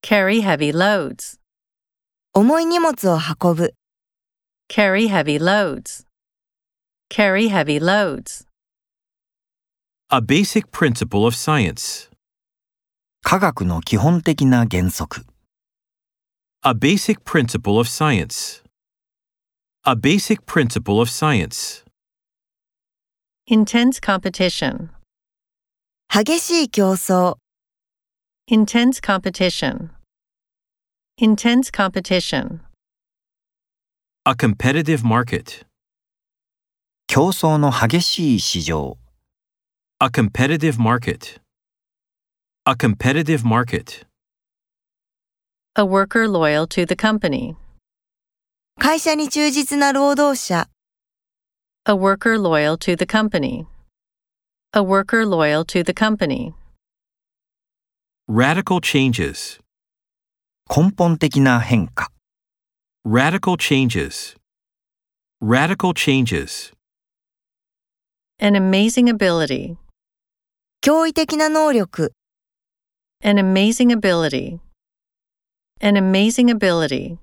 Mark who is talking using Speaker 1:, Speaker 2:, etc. Speaker 1: carry heavy loads,
Speaker 2: 重い荷物を運ぶ、
Speaker 1: carry heavy loads, carry heavy loads.
Speaker 3: A basic principle of science.
Speaker 4: 科学の基本的な原則。
Speaker 3: A basic principle of science. A basic principle of science.
Speaker 1: Intense competition,
Speaker 2: 激しい競争、
Speaker 1: intense competition, intense competition.
Speaker 3: A competitive market.
Speaker 4: 競争の激しい市場。
Speaker 3: A competitive market. A competitive market.
Speaker 1: A worker loyal to the company,
Speaker 2: 会社に忠実な労働者、
Speaker 1: a worker loyal to the company, a worker loyal to the company.
Speaker 3: Radical changes.
Speaker 4: 根本的な変化。
Speaker 3: Radical changes. Radical changes.
Speaker 1: An amazing ability,
Speaker 2: 驚異的な能力。
Speaker 1: an amazing ability, an amazing ability.